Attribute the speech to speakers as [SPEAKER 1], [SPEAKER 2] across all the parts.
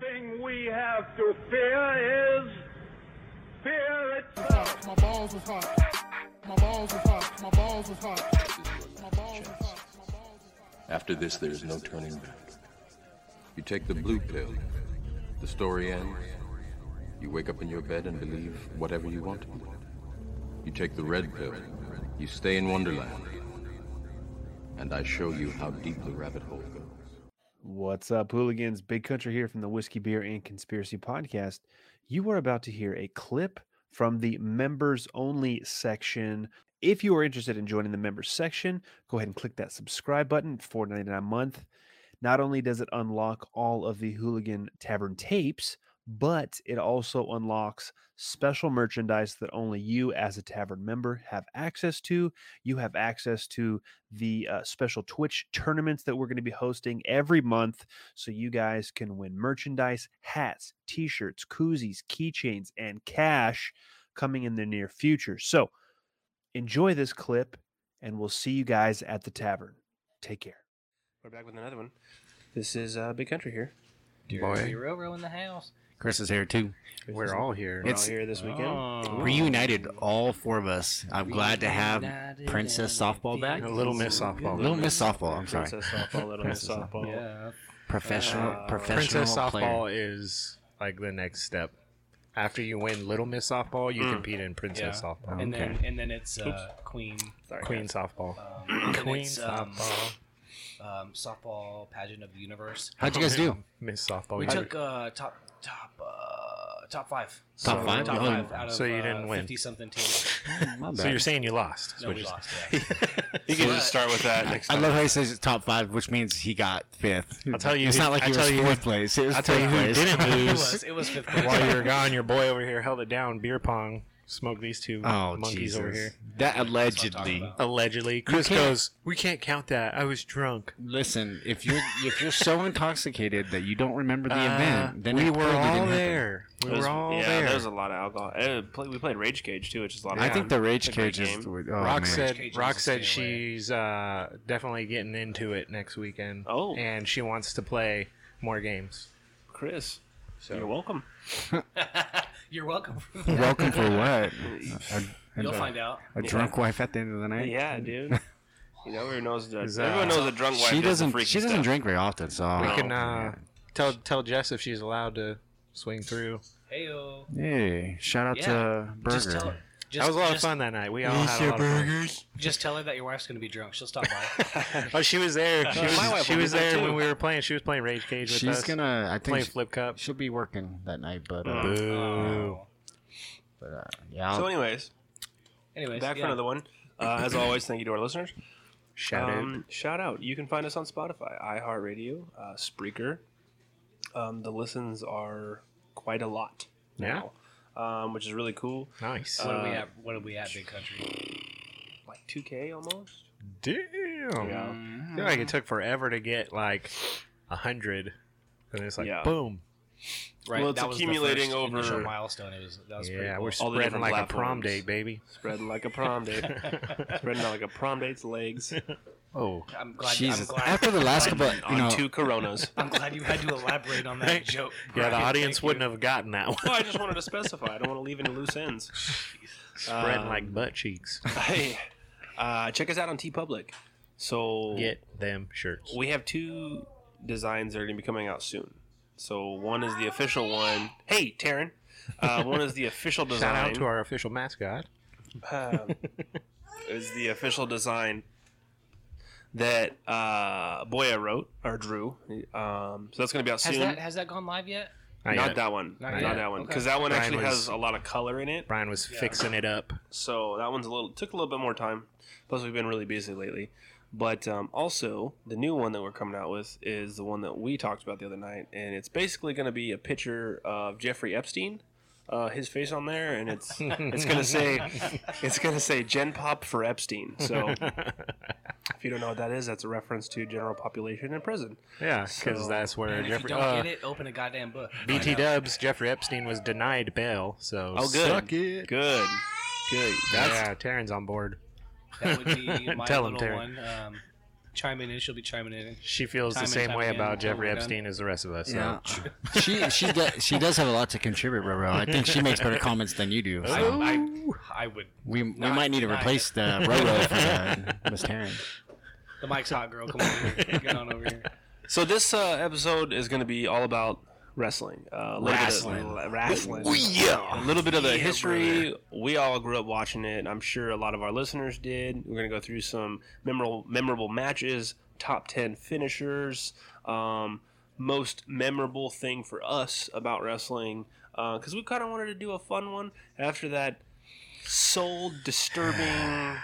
[SPEAKER 1] thing we have to fear is fear itself.
[SPEAKER 2] hot. My balls was hot. My balls was hot. My balls was hot. My balls was hot. My balls was hot.
[SPEAKER 3] After this, there's no turning back. You take the blue pill. The story ends. You wake up in your bed and believe whatever you want to believe. You take the red pill. You stay in Wonderland. And I show you how deep the rabbit hole goes.
[SPEAKER 4] What's up, hooligans? Big Country here from the Whiskey, Beer, and Conspiracy Podcast. You are about to hear a clip from the members only section. If you are interested in joining the members section, go ahead and click that subscribe button, four ninety nine a month. Not only does it unlock all of the Hooligan Tavern tapes, but it also unlocks special merchandise that only you, as a tavern member, have access to. You have access to the uh, special Twitch tournaments that we're going to be hosting every month. So you guys can win merchandise, hats, t shirts, koozies, keychains, and cash coming in the near future. So enjoy this clip, and we'll see you guys at the tavern. Take care.
[SPEAKER 5] We're back with another one. This is uh, Big Country here.
[SPEAKER 6] Boy,
[SPEAKER 7] Roro in the house.
[SPEAKER 6] Chris is here too.
[SPEAKER 5] We're all here.
[SPEAKER 6] It's-
[SPEAKER 5] all here this weekend.
[SPEAKER 6] Oh.
[SPEAKER 7] Oh.
[SPEAKER 6] Reunited, all four of us. I'm glad to have
[SPEAKER 7] Reunited
[SPEAKER 6] Princess
[SPEAKER 7] and
[SPEAKER 6] Softball back.
[SPEAKER 5] A little Miss Softball.
[SPEAKER 6] Little Miss Softball. I'm sorry.
[SPEAKER 5] Princess Softball, Little Miss
[SPEAKER 6] Princess
[SPEAKER 5] Softball.
[SPEAKER 7] Yeah.
[SPEAKER 6] Professional,
[SPEAKER 7] uh,
[SPEAKER 6] professional
[SPEAKER 5] Princess
[SPEAKER 6] player.
[SPEAKER 5] Softball is like the next step. After you win Little Miss Softball, you compete in Princess Softball.
[SPEAKER 7] And
[SPEAKER 6] Okay.
[SPEAKER 7] then and then it's uh, Queen.
[SPEAKER 5] Queen Softball.
[SPEAKER 7] and then
[SPEAKER 5] Queen
[SPEAKER 7] it's, um,
[SPEAKER 5] Softball.
[SPEAKER 7] Um, softball pageant of the universe.
[SPEAKER 6] How'd you guys do?
[SPEAKER 5] Miss Softball.
[SPEAKER 7] We
[SPEAKER 5] you-
[SPEAKER 7] took uh, top top uh, top five.
[SPEAKER 6] Top five?
[SPEAKER 7] Top
[SPEAKER 6] Oh,
[SPEAKER 7] five out of
[SPEAKER 5] so you didn't
[SPEAKER 7] uh,
[SPEAKER 5] win.
[SPEAKER 7] Fifty something teams.
[SPEAKER 6] My
[SPEAKER 5] so you're
[SPEAKER 6] bad.
[SPEAKER 5] saying you lost? is
[SPEAKER 7] No,
[SPEAKER 5] what
[SPEAKER 7] we
[SPEAKER 5] you're
[SPEAKER 7] lost. Yeah.
[SPEAKER 8] You can just start with that next
[SPEAKER 6] I
[SPEAKER 8] time.
[SPEAKER 6] love how he says it's top five, which means he got fifth.
[SPEAKER 5] I'll tell you
[SPEAKER 6] it's
[SPEAKER 5] who-
[SPEAKER 6] not like
[SPEAKER 5] I'll
[SPEAKER 6] he
[SPEAKER 5] tell
[SPEAKER 6] was
[SPEAKER 5] you who-
[SPEAKER 6] fourth place. It was
[SPEAKER 5] I'll tell you
[SPEAKER 6] third
[SPEAKER 5] who
[SPEAKER 6] place.
[SPEAKER 5] didn't
[SPEAKER 7] it
[SPEAKER 5] lose.
[SPEAKER 7] was. It was fifth.
[SPEAKER 5] saying. While you were gone, your boy over here held it down. Beer pong. Smoked these two
[SPEAKER 6] Oh,
[SPEAKER 5] monkeys
[SPEAKER 6] Jesus.
[SPEAKER 5] over here.
[SPEAKER 6] That allegedly.
[SPEAKER 5] Allegedly, Chris
[SPEAKER 6] can't-
[SPEAKER 5] goes. We can't count that. I was drunk.
[SPEAKER 6] Listen, if you're if you're so intoxicated that you don't remember the
[SPEAKER 5] Uh,
[SPEAKER 6] event, then
[SPEAKER 5] we
[SPEAKER 6] it
[SPEAKER 5] were
[SPEAKER 6] clearly didn't
[SPEAKER 5] all
[SPEAKER 6] happen.
[SPEAKER 5] there. We
[SPEAKER 8] It was-
[SPEAKER 5] were all
[SPEAKER 8] yeah,
[SPEAKER 5] there.
[SPEAKER 8] was a lot of alcohol. Uh, play, we played Rage Cage too, which is a lot of
[SPEAKER 6] I
[SPEAKER 8] fun.
[SPEAKER 6] think the rage
[SPEAKER 8] It's a great
[SPEAKER 6] cage is.
[SPEAKER 8] game.
[SPEAKER 6] Oh,
[SPEAKER 5] Rock
[SPEAKER 6] man.
[SPEAKER 5] said
[SPEAKER 7] Cage
[SPEAKER 5] Rock
[SPEAKER 7] is
[SPEAKER 5] said
[SPEAKER 7] the same way.
[SPEAKER 5] she's uh, definitely getting into it next weekend.
[SPEAKER 8] Oh.
[SPEAKER 5] and she wants to play more games.
[SPEAKER 8] Chris. You're welcome.
[SPEAKER 7] You're welcome.
[SPEAKER 6] Welcome for what?
[SPEAKER 7] You'll find out.
[SPEAKER 6] A drunk wife at the end of the night.
[SPEAKER 8] Yeah, dude. you know, everyone knows that.
[SPEAKER 5] Is that-
[SPEAKER 8] everyone knows a drunk wife.
[SPEAKER 6] she
[SPEAKER 8] does the
[SPEAKER 6] doesn't.
[SPEAKER 8] freaky
[SPEAKER 6] She doesn't
[SPEAKER 8] stuff.
[SPEAKER 6] drink very often, so
[SPEAKER 5] We
[SPEAKER 8] Oh,
[SPEAKER 5] can uh, tell tell Jess if she's allowed to swing through.
[SPEAKER 7] Heyo.
[SPEAKER 6] hey, shout out to Burger.
[SPEAKER 7] Just tell her. Just,
[SPEAKER 5] that was a lot
[SPEAKER 7] just,
[SPEAKER 5] of fun that night. We all had a lot of fun.
[SPEAKER 7] Just tell her that your wife's gonna be drunk. She'll stop by.
[SPEAKER 5] Oh, she was there. She
[SPEAKER 8] My
[SPEAKER 5] was,
[SPEAKER 8] wife
[SPEAKER 5] she
[SPEAKER 8] will be
[SPEAKER 5] was
[SPEAKER 8] there,
[SPEAKER 5] there
[SPEAKER 8] too.
[SPEAKER 5] when we were playing. She was playing Rage Cage with
[SPEAKER 6] She's
[SPEAKER 5] us.
[SPEAKER 6] gonna. I
[SPEAKER 5] playing
[SPEAKER 6] think she,
[SPEAKER 5] Flip Cup.
[SPEAKER 6] will be working that night, but uh,
[SPEAKER 7] Oh.
[SPEAKER 6] yeah,
[SPEAKER 8] So, anyways,
[SPEAKER 7] Anyways,
[SPEAKER 8] back
[SPEAKER 7] yeah.
[SPEAKER 8] for another one. Uh, as always, thank you to our listeners.
[SPEAKER 5] Shout out.
[SPEAKER 8] Um, shout out. You can find us on Spotify, iHeartRadio, uh, Spreaker. Um, the listens are quite a lot
[SPEAKER 5] Yeah.
[SPEAKER 8] now, um, which is really cool. Uh,
[SPEAKER 5] Nice.
[SPEAKER 7] What do we have? What do we have? Big country. Mm,
[SPEAKER 8] Like 2K almost.
[SPEAKER 5] Damn. I feel like
[SPEAKER 7] Mm-hmm.
[SPEAKER 5] it took forever to get like a hundred, and it's like
[SPEAKER 8] Yeah.
[SPEAKER 5] boom.
[SPEAKER 7] Right.
[SPEAKER 8] Well, it's
[SPEAKER 7] that was the
[SPEAKER 8] accumulating
[SPEAKER 7] first
[SPEAKER 8] over-
[SPEAKER 7] initial milestone. It was that was pretty
[SPEAKER 5] Yeah,
[SPEAKER 8] All
[SPEAKER 5] we're
[SPEAKER 7] cool.
[SPEAKER 8] the
[SPEAKER 5] spreading
[SPEAKER 8] different
[SPEAKER 5] like a prom
[SPEAKER 8] platforms.
[SPEAKER 5] date, baby.
[SPEAKER 8] Spread like a prom date. Spread out like a prom date's legs
[SPEAKER 5] Oh,
[SPEAKER 7] I'm glad.
[SPEAKER 6] Jesus.
[SPEAKER 7] I'm glad.
[SPEAKER 6] After the last
[SPEAKER 8] on,
[SPEAKER 6] couple, you know,
[SPEAKER 8] two coronas.
[SPEAKER 7] I'm glad you had to elaborate on that joke.
[SPEAKER 5] yeah. The
[SPEAKER 7] Brian.
[SPEAKER 5] audience
[SPEAKER 7] Thank you.
[SPEAKER 5] wouldn't have gotten that one.
[SPEAKER 8] well, I just wanted to specify. I don't want to leave any loose ends.
[SPEAKER 5] spreading
[SPEAKER 8] Um,
[SPEAKER 5] like butt cheeks.
[SPEAKER 8] Hey, uh, check us out on T Public. So
[SPEAKER 5] Get them shirts.
[SPEAKER 8] we have two designs that are going to be coming out soon. So one is the official one. Hey, Taryn. Uh, one is the official design.
[SPEAKER 5] Shout out to our official mascot.
[SPEAKER 8] um, is the official design that uh, Boya wrote or drew. Um, so that's going to be out
[SPEAKER 7] Has
[SPEAKER 8] soon.
[SPEAKER 7] that has that gone live yet?
[SPEAKER 5] Not
[SPEAKER 8] not
[SPEAKER 5] yet.
[SPEAKER 8] that one.
[SPEAKER 7] Not
[SPEAKER 8] Not,
[SPEAKER 7] yet.
[SPEAKER 8] that one.
[SPEAKER 7] Okay.
[SPEAKER 8] Because that one
[SPEAKER 5] Brian
[SPEAKER 8] actually
[SPEAKER 5] was-
[SPEAKER 8] has a lot of color in it.
[SPEAKER 5] Brian was fixing it up.
[SPEAKER 8] So that one's a little took a little bit more time. Plus, we've been really busy lately. But um, also, the new one that we're coming out with is the one that we talked about the other night, and it's basically going to be a picture of Jeffrey Epstein, uh, his face on there, and it's it's going to say it's going to say Gen Pop for Epstein. So if you don't know what that is, that's a reference to general population in prison.
[SPEAKER 5] Yeah, because
[SPEAKER 8] So-
[SPEAKER 5] that's where
[SPEAKER 7] And if you
[SPEAKER 5] Jeffrey.
[SPEAKER 7] don't
[SPEAKER 5] Uh,
[SPEAKER 7] get it, open a goddamn book.
[SPEAKER 5] BT Dubs. Jeffrey Epstein was denied bail. So
[SPEAKER 8] Oh, good,
[SPEAKER 5] suck it.
[SPEAKER 8] good, good. That's
[SPEAKER 5] yeah, Taryn's on board.
[SPEAKER 7] That would be my
[SPEAKER 5] Tell him,
[SPEAKER 7] little
[SPEAKER 5] Terry.
[SPEAKER 7] one. Um, chiming in, she'll be chiming in.
[SPEAKER 5] She feels
[SPEAKER 7] Time
[SPEAKER 5] the
[SPEAKER 7] and
[SPEAKER 5] same
[SPEAKER 7] time
[SPEAKER 5] way
[SPEAKER 7] again,
[SPEAKER 5] about
[SPEAKER 7] till
[SPEAKER 5] Jeffrey
[SPEAKER 7] we're done.
[SPEAKER 5] Epstein as the rest of us.
[SPEAKER 6] Yeah,
[SPEAKER 5] So.
[SPEAKER 6] she she does she does have a lot to contribute, Roro. I think she makes better comments than you do.
[SPEAKER 7] I,
[SPEAKER 6] So
[SPEAKER 7] I, I would.
[SPEAKER 6] we we
[SPEAKER 7] Not
[SPEAKER 6] might need to
[SPEAKER 7] tonight.
[SPEAKER 6] replace the Roro for that, Miss Taryn.
[SPEAKER 7] The mic's hot, girl. Come over here. Get on over here.
[SPEAKER 8] So this uh, episode is going to be all about wrestling. Uh, a little Bit
[SPEAKER 6] Wrestling.
[SPEAKER 8] of, l- wrestling. yeah. A little bit of the history. We all grew up watching it. I'm sure a lot of our listeners did. We're going to go through some memorable memorable matches, top 10 finishers, um, most memorable thing for us about wrestling because we kind of wanted to do a fun one after that soul disturbing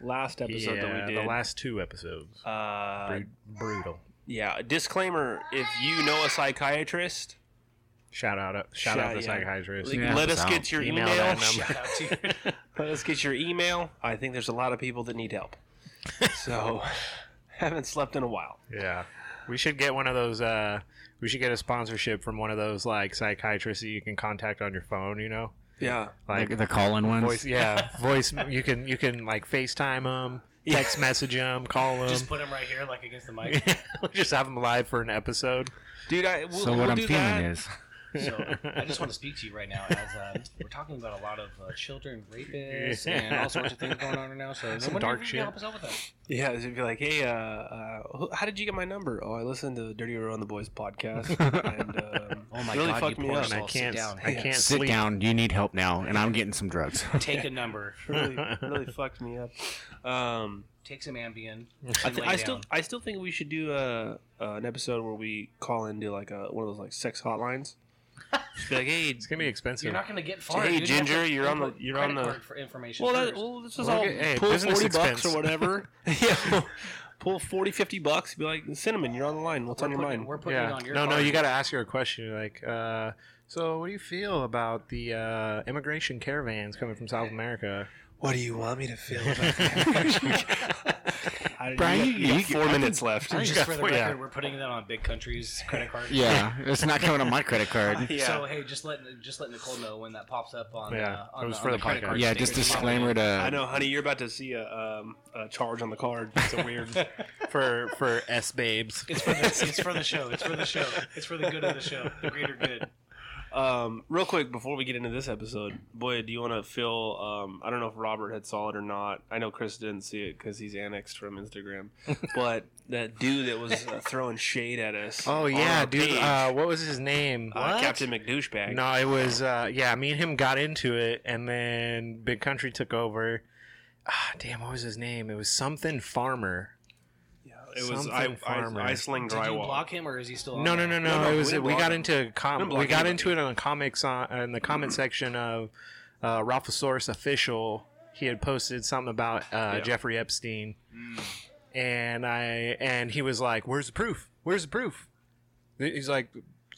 [SPEAKER 8] last episode
[SPEAKER 5] Yeah,
[SPEAKER 8] that we
[SPEAKER 5] the
[SPEAKER 8] did.
[SPEAKER 5] last two episodes.
[SPEAKER 8] uh,
[SPEAKER 5] Bru- brutal.
[SPEAKER 8] yeah, disclaimer: if you know a psychiatrist,
[SPEAKER 5] Shout out, uh, shout, out
[SPEAKER 8] Shout-
[SPEAKER 5] the
[SPEAKER 8] yeah.
[SPEAKER 5] psychiatrist.
[SPEAKER 8] le-
[SPEAKER 6] Yeah,
[SPEAKER 8] let us
[SPEAKER 6] that's
[SPEAKER 8] get
[SPEAKER 6] out.
[SPEAKER 8] your email.
[SPEAKER 5] that
[SPEAKER 7] Shout out to you.
[SPEAKER 8] let us get your email. I think there's a lot of people that need help. So, haven't slept in a while.
[SPEAKER 5] Yeah. We should get one of those uh we should get a sponsorship from one of those like psychiatrists that you can contact on your phone, you know?
[SPEAKER 8] Yeah,
[SPEAKER 5] Like
[SPEAKER 6] the, the call-in ones.
[SPEAKER 5] voice yeah, voice you can you can like FaceTime them, text message them, call them.
[SPEAKER 7] Just
[SPEAKER 5] Just,
[SPEAKER 7] put him right here, like against the mic.
[SPEAKER 5] have them live for an episode.
[SPEAKER 8] dude. I, we'll,
[SPEAKER 6] so what
[SPEAKER 8] we'll
[SPEAKER 6] I'm
[SPEAKER 8] do
[SPEAKER 6] feeling
[SPEAKER 8] that.
[SPEAKER 6] is
[SPEAKER 7] So I just want to speak to you right now as uh, we're talking about a lot of uh, children rapists and all sorts of things going on right now. So
[SPEAKER 5] Some
[SPEAKER 7] no wonder
[SPEAKER 5] dark
[SPEAKER 7] you can
[SPEAKER 5] shit.
[SPEAKER 7] Help us out with that.
[SPEAKER 8] Yeah, it'd be like, hey, uh, uh, who- how did you get my number? Oh, I listened to Dirty Row and the Boys podcast, and um,
[SPEAKER 7] Oh my
[SPEAKER 8] really
[SPEAKER 7] God,
[SPEAKER 8] fucked
[SPEAKER 7] you
[SPEAKER 8] me
[SPEAKER 7] poor
[SPEAKER 8] up.
[SPEAKER 5] And I
[SPEAKER 7] I'll sit
[SPEAKER 5] can't
[SPEAKER 7] down.
[SPEAKER 5] I can't
[SPEAKER 6] sit
[SPEAKER 5] sleep.
[SPEAKER 6] down. You need help now, and I'm getting some drugs.
[SPEAKER 7] Take a number,
[SPEAKER 8] really, really fucked me up. Um,
[SPEAKER 7] take some Ambien.
[SPEAKER 8] I,
[SPEAKER 7] and
[SPEAKER 8] th-
[SPEAKER 7] lay
[SPEAKER 8] I still,
[SPEAKER 7] down.
[SPEAKER 8] I still think we should do uh, uh, an episode where we call into like a, one of those like sex hotlines. Just be like, hey,
[SPEAKER 5] It's going to be expensive.
[SPEAKER 7] You're not going to get far.
[SPEAKER 8] Hey,
[SPEAKER 7] You didn't have
[SPEAKER 8] Ginger,
[SPEAKER 7] to
[SPEAKER 8] you're on the-
[SPEAKER 7] input
[SPEAKER 8] you're on
[SPEAKER 7] credit
[SPEAKER 8] the-
[SPEAKER 7] card for information.
[SPEAKER 8] well, that,
[SPEAKER 7] first.
[SPEAKER 8] well, this is
[SPEAKER 5] Look
[SPEAKER 8] all
[SPEAKER 5] at- hey,
[SPEAKER 8] pull
[SPEAKER 5] business
[SPEAKER 8] forty bucks
[SPEAKER 5] expense.
[SPEAKER 8] or whatever. yeah, pull 40, 50 bucks. Be like, cinnamon, you're on the line. What's
[SPEAKER 7] we're
[SPEAKER 8] on your
[SPEAKER 7] putting-
[SPEAKER 8] mind?
[SPEAKER 7] We're putting it
[SPEAKER 5] yeah.
[SPEAKER 7] on your
[SPEAKER 5] No, no,
[SPEAKER 7] card.
[SPEAKER 5] you got to ask her a question like uh so what do you feel about the uh, immigration caravans coming from South America?
[SPEAKER 8] What do you want me to feel?
[SPEAKER 6] Brian, you- you-
[SPEAKER 8] four minutes left.
[SPEAKER 7] Just for the record,
[SPEAKER 5] yeah.
[SPEAKER 7] we're putting that on big countries credit card.
[SPEAKER 6] yeah, it's not coming on my credit card.
[SPEAKER 8] Yeah.
[SPEAKER 7] So hey, just let just let Nicole know when that pops up on.
[SPEAKER 5] Yeah,
[SPEAKER 7] uh,
[SPEAKER 5] it
[SPEAKER 7] on
[SPEAKER 5] was
[SPEAKER 7] the,
[SPEAKER 5] for
[SPEAKER 7] on
[SPEAKER 5] the
[SPEAKER 7] credit
[SPEAKER 5] podcast.
[SPEAKER 7] card
[SPEAKER 6] Yeah, just
[SPEAKER 7] stickers.
[SPEAKER 6] disclaimer to
[SPEAKER 8] I know, honey. You're about to see a, um, a charge on the card. It's a weird.
[SPEAKER 5] For for S babes.
[SPEAKER 7] It's for, the, it's for the show. It's for the show. It's for the good of the show. The greater good.
[SPEAKER 8] Um, real quick before we get into this episode, boy, do you want to fill? Um, I don't know if Robert had saw it or not. I know Chris didn't see it because he's annexed from Instagram. but that dude that was uh, throwing shade at us.
[SPEAKER 5] Oh
[SPEAKER 8] on
[SPEAKER 5] yeah,
[SPEAKER 8] our
[SPEAKER 5] dude.
[SPEAKER 8] page,
[SPEAKER 5] Uh, what was his name?
[SPEAKER 8] uh, Captain McDouchebag.
[SPEAKER 5] No, it was uh, yeah. Me and him got into it, and then Big Country took over. Ah, damn, what was his name? It was something Farmer.
[SPEAKER 8] it was
[SPEAKER 5] something
[SPEAKER 8] I, I,
[SPEAKER 5] farmer.
[SPEAKER 8] I sling
[SPEAKER 7] Did you
[SPEAKER 8] drywall.
[SPEAKER 7] block him or is he still? On
[SPEAKER 5] No, no, no, no.
[SPEAKER 8] no,
[SPEAKER 5] it was
[SPEAKER 8] we
[SPEAKER 5] we,
[SPEAKER 8] blocked
[SPEAKER 5] got
[SPEAKER 8] him.
[SPEAKER 5] into a
[SPEAKER 8] Didn't
[SPEAKER 5] com-
[SPEAKER 8] block
[SPEAKER 5] we got
[SPEAKER 8] anybody.
[SPEAKER 5] into it on a comics on in the comment section of uh, Ralphosaurus official. He had posted something about uh, Jeffrey Epstein, and I and he was like, "Where's the proof? Where's the proof?" He's like,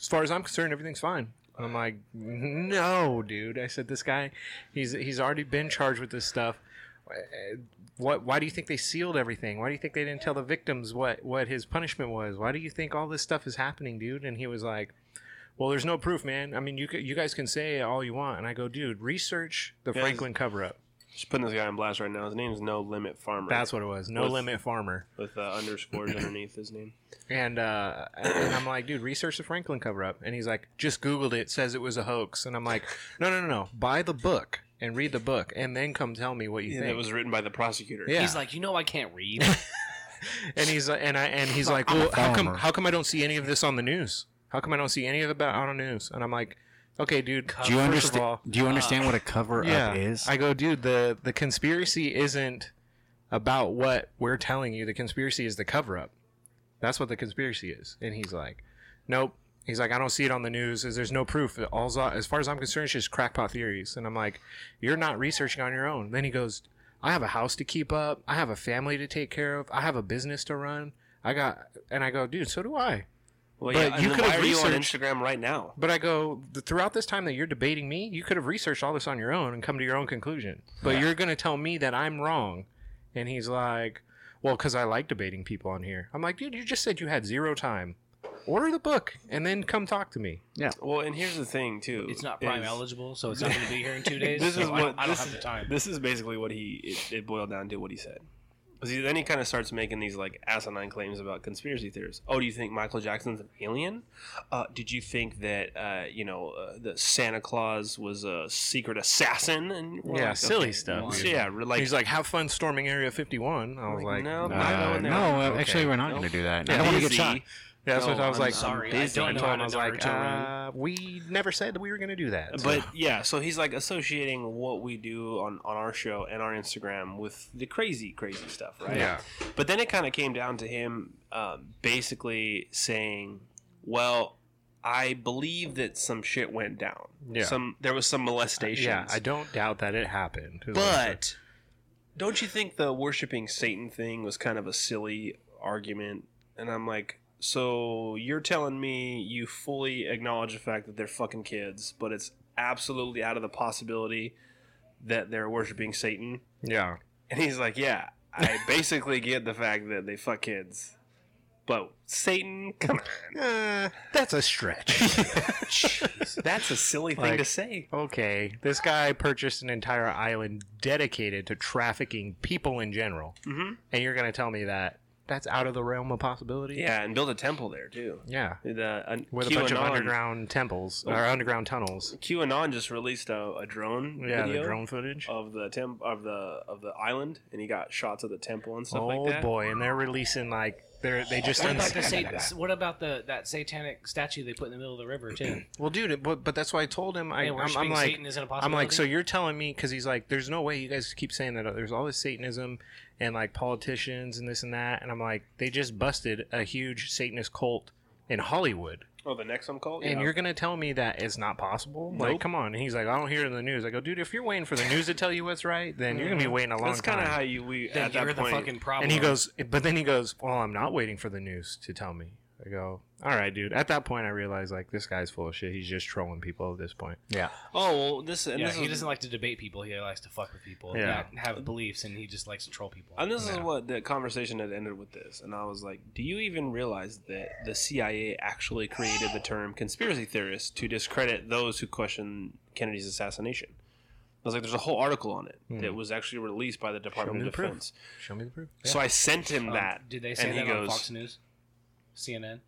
[SPEAKER 5] "As far as I'm concerned, everything's fine." And I'm like, "No, dude." I said, "This guy, he's he's already been charged with this stuff." Uh, what why do you think they sealed everything why do you think they didn't tell the victims what what his punishment was why do you think all this stuff is happening dude and he was like well there's no proof man i mean you c- you guys can say all you want and i go dude research the
[SPEAKER 8] Yeah,
[SPEAKER 5] franklin cover up
[SPEAKER 8] Just putting this guy on blast right now. His name is No Limit Farmer.
[SPEAKER 5] that's what it was no
[SPEAKER 8] With-
[SPEAKER 5] limit farmer
[SPEAKER 8] with uh, underscores underneath his name.
[SPEAKER 5] and uh and i'm like dude research the franklin cover up and he's like just googled it says it was a hoax and i'm like no no no no buy the book and read the book and then come tell me what you
[SPEAKER 8] And
[SPEAKER 5] think
[SPEAKER 8] it was written by the prosecutor.
[SPEAKER 5] yeah.
[SPEAKER 7] He's like, you know, I can't read.
[SPEAKER 5] and he's like, and I and he's like,
[SPEAKER 6] I'm a
[SPEAKER 5] well, how come
[SPEAKER 6] farmer."
[SPEAKER 5] how come I don't see any of this on the news? How come I don't see any of it about on the news? And I'm like, okay, dude,
[SPEAKER 6] Do you
[SPEAKER 5] first
[SPEAKER 6] understand?
[SPEAKER 5] Of all,
[SPEAKER 6] do you understand what a cover
[SPEAKER 5] yeah,
[SPEAKER 6] up is?
[SPEAKER 5] I go, dude, the the conspiracy isn't about what we're telling you. The conspiracy is the cover up. That's what the conspiracy is. And he's like, nope. He's like, I don't see it on the news. Is there's no proof. All's as far as I'm concerned, it's just crackpot theories. And I'm like, you're not researching on your own. Then he goes, I have a house to keep up. I have a family to take care of. I have a business to run. I got, and I go, dude, so do I.
[SPEAKER 8] Well,
[SPEAKER 5] But
[SPEAKER 8] yeah. and
[SPEAKER 5] you
[SPEAKER 8] then
[SPEAKER 5] could've
[SPEAKER 8] why are you on
[SPEAKER 5] researched-
[SPEAKER 8] Instagram right now?
[SPEAKER 5] But I go th- throughout this time that you're debating me, you could have researched all this on your own and come to your own conclusion. But you're going to tell me that I'm wrong. And he's like, "Well, cuz I like debating people on here." I'm like, "Dude, you just said you had zero time. Order the book and then come talk to me."
[SPEAKER 8] Well, and here's the thing too.
[SPEAKER 7] It's not prime
[SPEAKER 8] is-
[SPEAKER 7] eligible, so it's not going to be here in two days.
[SPEAKER 8] This
[SPEAKER 7] so
[SPEAKER 8] is
[SPEAKER 7] I-
[SPEAKER 8] what
[SPEAKER 7] I, don't
[SPEAKER 8] this
[SPEAKER 7] have
[SPEAKER 8] is-
[SPEAKER 7] the time.
[SPEAKER 8] This is basically what he it, it boiled down to what he said. But see, then he kind of starts making these like asinine claims about conspiracy theories. Oh, do you think Michael Jackson's an alien? Uh, did you think that uh, you know uh, that Santa Claus was a secret assassin? And we're
[SPEAKER 5] Yeah,
[SPEAKER 8] like,
[SPEAKER 5] silly
[SPEAKER 8] okay,
[SPEAKER 5] stuff.
[SPEAKER 8] so yeah, re- like
[SPEAKER 5] He's like, have fun storming Area 51. I was like,
[SPEAKER 8] no,
[SPEAKER 5] nah,
[SPEAKER 8] I
[SPEAKER 6] Uh,
[SPEAKER 8] don't know.
[SPEAKER 6] no, uh,
[SPEAKER 5] Okay.
[SPEAKER 6] actually, we're not going to do that. I
[SPEAKER 8] Yeah,
[SPEAKER 6] don't want to
[SPEAKER 8] busy.
[SPEAKER 6] get shot.
[SPEAKER 5] Yeah, that's
[SPEAKER 8] No,
[SPEAKER 5] what I was
[SPEAKER 8] I'm
[SPEAKER 5] like.
[SPEAKER 7] sorry,
[SPEAKER 5] I,
[SPEAKER 7] I
[SPEAKER 5] told
[SPEAKER 7] don't
[SPEAKER 5] him
[SPEAKER 7] know
[SPEAKER 5] I
[SPEAKER 7] how
[SPEAKER 5] was
[SPEAKER 7] to
[SPEAKER 5] like,
[SPEAKER 7] Naruto
[SPEAKER 5] uh, we never said that we were going to do that. so-
[SPEAKER 8] But yeah, so he's like associating what we do on, on our show and our Instagram with the crazy, crazy stuff, right?
[SPEAKER 5] Yeah.
[SPEAKER 8] But then it kind of came down to him um, basically saying, "Well, I believe that some shit went down.
[SPEAKER 5] Yeah.
[SPEAKER 8] Some there was some molestation.
[SPEAKER 5] yeah, I don't doubt that it happened.
[SPEAKER 8] But don't you think the worshiping Satan thing was kind of a silly argument? And I'm like, so you're telling me you fully acknowledge the fact that they're fucking kids, but it's absolutely out of the possibility that they're worshiping Satan?
[SPEAKER 5] yeah,
[SPEAKER 8] And he's like, yeah, I basically get the fact that they fuck kids. But Satan, come on.
[SPEAKER 5] uh, that's a stretch.
[SPEAKER 8] That's a silly thing
[SPEAKER 5] Like-
[SPEAKER 8] to say.
[SPEAKER 5] okay, this guy purchased an entire island dedicated to trafficking people in general,
[SPEAKER 8] hmm
[SPEAKER 5] and you're going to tell me that that's out of the realm of possibility?
[SPEAKER 8] Yeah, and build a temple there, too.
[SPEAKER 5] yeah,
[SPEAKER 8] The, uh,
[SPEAKER 5] with a bunch of
[SPEAKER 8] QAnon
[SPEAKER 5] underground temples or
[SPEAKER 8] Oh.
[SPEAKER 5] underground tunnels.
[SPEAKER 8] QAnon just released a, a drone
[SPEAKER 5] Yeah,
[SPEAKER 8] video Oh,
[SPEAKER 5] the drone footage.
[SPEAKER 8] of the temp of the of the island, and he got shots of the temple and stuff
[SPEAKER 5] oh
[SPEAKER 8] like that.
[SPEAKER 5] boy, and they're releasing like they're they just
[SPEAKER 7] What about,
[SPEAKER 5] uns-
[SPEAKER 7] the sa- what about the that satanic statue they put in the middle of the river too?
[SPEAKER 5] Well, dude, but, but that's why I told him. I,
[SPEAKER 7] And
[SPEAKER 5] I'm, I'm
[SPEAKER 7] worshiping
[SPEAKER 5] like,
[SPEAKER 7] Satan isn't a
[SPEAKER 5] I'm like,
[SPEAKER 7] possibility?
[SPEAKER 5] so you're telling me because he's like, there's no way you guys keep saying that there's all this Satanism and like politicians and this and that, and I'm like, they just busted a huge Satanist cult in Hollywood,
[SPEAKER 8] Oh, the next one called.
[SPEAKER 5] and you're gonna tell me that it's not possible? Like,
[SPEAKER 8] Nope.
[SPEAKER 5] come on. And he's like, I don't hear it in the news. I go, dude, if you're waiting for the news to tell you what's right, then you're gonna be waiting a long
[SPEAKER 8] That's
[SPEAKER 5] time.
[SPEAKER 8] kind of how you we
[SPEAKER 7] Then
[SPEAKER 8] at
[SPEAKER 7] you're
[SPEAKER 8] that
[SPEAKER 7] the
[SPEAKER 8] point.
[SPEAKER 7] fucking problem.
[SPEAKER 5] And he goes, but then he goes, well, I'm not waiting for the news to tell me. I go, all right, dude. At that point, I realize like this guy's full of shit. He's just trolling people at this point.
[SPEAKER 6] Yeah.
[SPEAKER 8] oh, well, this and
[SPEAKER 7] Yeah,
[SPEAKER 8] this
[SPEAKER 7] he
[SPEAKER 8] is,
[SPEAKER 7] doesn't like to debate people. He likes to fuck with people. and
[SPEAKER 5] Yeah.
[SPEAKER 7] not have beliefs, and he just likes to troll people.
[SPEAKER 8] and this is what the conversation had ended with this, and I was like, "Do you even realize that the CIA actually created the term conspiracy theorist to discredit those who question Kennedy's assassination?" I was like, "There's a whole article on it
[SPEAKER 7] Hmm.
[SPEAKER 8] that was actually released by the Department
[SPEAKER 5] me
[SPEAKER 8] of
[SPEAKER 5] the proof.
[SPEAKER 8] Defense."
[SPEAKER 5] Show me the proof.
[SPEAKER 8] So I sent him
[SPEAKER 7] Um,
[SPEAKER 8] that.
[SPEAKER 7] Did they say
[SPEAKER 8] and
[SPEAKER 7] that
[SPEAKER 8] he
[SPEAKER 7] on
[SPEAKER 8] goes,
[SPEAKER 7] Fox News, CNN,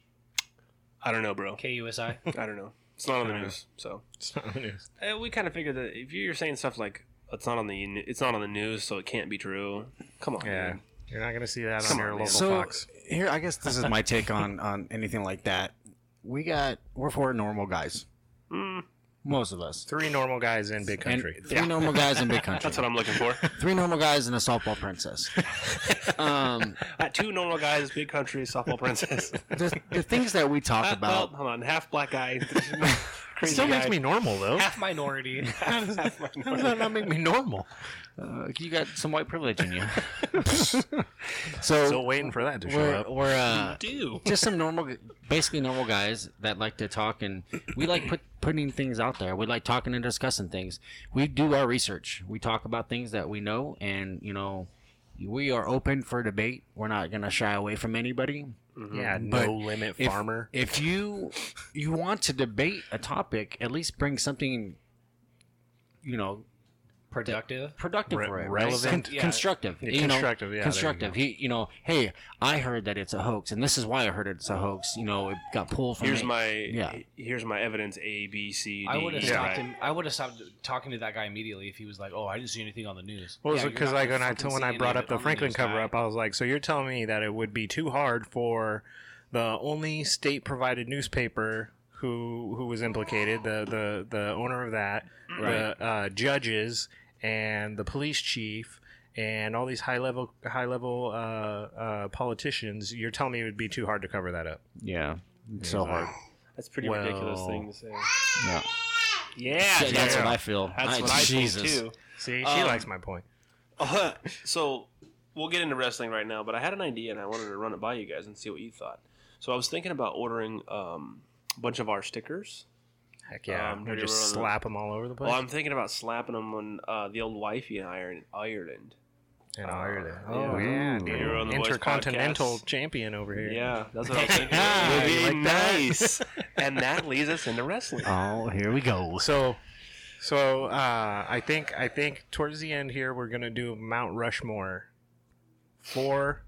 [SPEAKER 8] I don't know, bro.
[SPEAKER 7] KUSI?
[SPEAKER 8] I don't know. It's not on the
[SPEAKER 5] Uh,
[SPEAKER 8] news, so
[SPEAKER 5] It's not the news.
[SPEAKER 8] Uh, we kind of figured that if you're saying stuff like it's not on the n- it's not on the news, so it can't be true. Come on,
[SPEAKER 5] Yeah,
[SPEAKER 8] man.
[SPEAKER 5] you're not gonna see that on
[SPEAKER 8] Come
[SPEAKER 5] your
[SPEAKER 8] on, man.
[SPEAKER 5] local
[SPEAKER 6] So
[SPEAKER 5] Fox.
[SPEAKER 6] here, I guess this is my take on on anything like that. We got we're four normal guys,
[SPEAKER 8] Mm,
[SPEAKER 6] most of us.
[SPEAKER 5] Three normal guys in big
[SPEAKER 6] And
[SPEAKER 5] country.
[SPEAKER 6] three normal guys in big country.
[SPEAKER 8] that's what I'm looking for.
[SPEAKER 6] three normal guys and a softball princess. um,
[SPEAKER 8] Uh, two normal guys, big country softball princess.
[SPEAKER 6] the, the things that we talk
[SPEAKER 8] About
[SPEAKER 6] about.
[SPEAKER 8] hold on, half black guy, crazy
[SPEAKER 5] Still makes
[SPEAKER 8] guy.
[SPEAKER 5] me normal though.
[SPEAKER 7] Half minority.
[SPEAKER 5] How does that not make me normal?
[SPEAKER 6] Uh, you got some white privilege in you. so
[SPEAKER 5] Still waiting for that to show
[SPEAKER 6] we're,
[SPEAKER 5] up.
[SPEAKER 6] we're uh,
[SPEAKER 7] do.
[SPEAKER 6] just some normal, basically normal guys that like to talk, and we like put, putting things out there. We like talking and discussing things. We do our research. We talk about things that we know, and you know, we are open for debate. We're not gonna shy away from anybody.
[SPEAKER 8] Mm-hmm.
[SPEAKER 5] Yeah,
[SPEAKER 6] But
[SPEAKER 5] no limit
[SPEAKER 6] If-
[SPEAKER 5] farmer.
[SPEAKER 6] If you you want to debate a topic, at least bring something, you know,
[SPEAKER 7] Productive.
[SPEAKER 6] productive
[SPEAKER 5] Re-
[SPEAKER 6] for it,
[SPEAKER 5] relevant.
[SPEAKER 6] right?
[SPEAKER 7] Yeah.
[SPEAKER 6] constructive,
[SPEAKER 5] Yeah,
[SPEAKER 6] you know,
[SPEAKER 5] constructive, yeah, there you
[SPEAKER 6] constructive.
[SPEAKER 5] go.
[SPEAKER 6] He, you know, hey, I heard that it's a hoax, and this is why I heard it's a hoax. You know, it got pulled from.
[SPEAKER 8] Here's
[SPEAKER 6] it.
[SPEAKER 8] my
[SPEAKER 6] Yeah.
[SPEAKER 8] here's my evidence. A B C D. E,
[SPEAKER 7] I would have
[SPEAKER 8] Yeah.
[SPEAKER 7] stopped him. I would have stopped talking to that guy immediately if he was like, "Oh, I didn't see anything on the news."
[SPEAKER 5] Well,
[SPEAKER 7] Yeah, you're
[SPEAKER 5] because
[SPEAKER 7] not
[SPEAKER 5] like
[SPEAKER 7] gonna
[SPEAKER 5] when I
[SPEAKER 7] fucking
[SPEAKER 5] when
[SPEAKER 7] see
[SPEAKER 5] I
[SPEAKER 7] any
[SPEAKER 5] brought
[SPEAKER 7] of
[SPEAKER 5] up
[SPEAKER 7] it
[SPEAKER 5] the
[SPEAKER 7] on
[SPEAKER 5] Franklin
[SPEAKER 7] news,
[SPEAKER 5] cover
[SPEAKER 7] guy.
[SPEAKER 5] up, I was like, so you're telling me that it would be too hard for the only state provided newspaper who who was implicated, the the the owner of that, the uh, judges and the police chief. And all these high level, high level uh, uh, politicians, you're telling me it would be too hard to cover that up.
[SPEAKER 6] yeah, it's so hard.
[SPEAKER 8] That's a pretty
[SPEAKER 5] Well-
[SPEAKER 8] ridiculous thing to say.
[SPEAKER 6] Yeah,
[SPEAKER 8] Yeah,
[SPEAKER 6] Yeah, that's
[SPEAKER 8] Jared.
[SPEAKER 6] what I feel.
[SPEAKER 8] That's
[SPEAKER 6] I-
[SPEAKER 8] what I think
[SPEAKER 6] Jesus.
[SPEAKER 8] too.
[SPEAKER 5] See, she
[SPEAKER 8] Um,
[SPEAKER 5] likes my point.
[SPEAKER 8] Uh, so we'll get into wrestling right now, but I had an idea and I wanted to run it by you guys and see what you thought. So I was thinking about ordering um, a bunch of our stickers.
[SPEAKER 5] Heck yeah,
[SPEAKER 8] um,
[SPEAKER 5] we
[SPEAKER 8] do
[SPEAKER 5] just
[SPEAKER 8] you wanna-
[SPEAKER 5] slap them all over the place.
[SPEAKER 8] Well, I'm thinking about slapping them on uh, the old wifey in Ireland. Ireland.
[SPEAKER 5] and Ireland.
[SPEAKER 8] yeah.
[SPEAKER 5] Oh yeah, dude.
[SPEAKER 8] You're on the boys'
[SPEAKER 5] intercontinental
[SPEAKER 8] podcast.
[SPEAKER 5] champion over here.
[SPEAKER 8] Yeah, that's what I was thinking.
[SPEAKER 5] Yeah,
[SPEAKER 8] It'd
[SPEAKER 5] you
[SPEAKER 8] be
[SPEAKER 5] like that?
[SPEAKER 8] nice. and that leads us into wrestling.
[SPEAKER 6] Oh, here we go.
[SPEAKER 5] So, so uh, I think I think towards the end here we're gonna do Mount Rushmore four.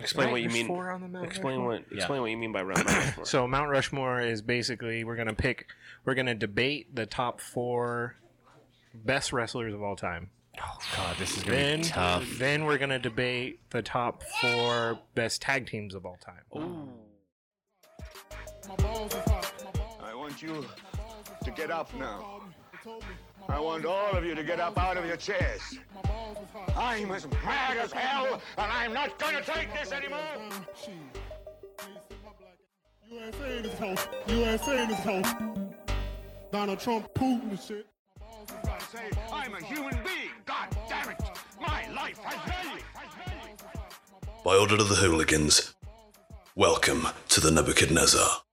[SPEAKER 8] Explain what you
[SPEAKER 5] There's
[SPEAKER 8] mean.
[SPEAKER 5] Four on the Mount
[SPEAKER 8] Explain
[SPEAKER 5] Rushmore?
[SPEAKER 8] what explain what you mean by round. Rushmore.
[SPEAKER 5] So Mount Rushmore is basically we're gonna pick, we're gonna debate the top four best wrestlers of all time.
[SPEAKER 6] Oh god, this is gonna
[SPEAKER 5] Then,
[SPEAKER 6] be tough.
[SPEAKER 5] then we're gonna debate the top four best tag teams of all time.
[SPEAKER 2] My balls is hot. My balls.
[SPEAKER 9] I want you to get up now. I want all of you to get up out of your chairs.
[SPEAKER 2] My balls is hot.
[SPEAKER 9] I'm as mad as hell, and I'm not gonna take this anymore.
[SPEAKER 2] USA in his house. USA in his house. Donald Trump, Putin and shit.
[SPEAKER 9] I say, I'm a human being. God damn it! My life has value.
[SPEAKER 10] By order of the hooligans, welcome to the Nebuchadnezzar.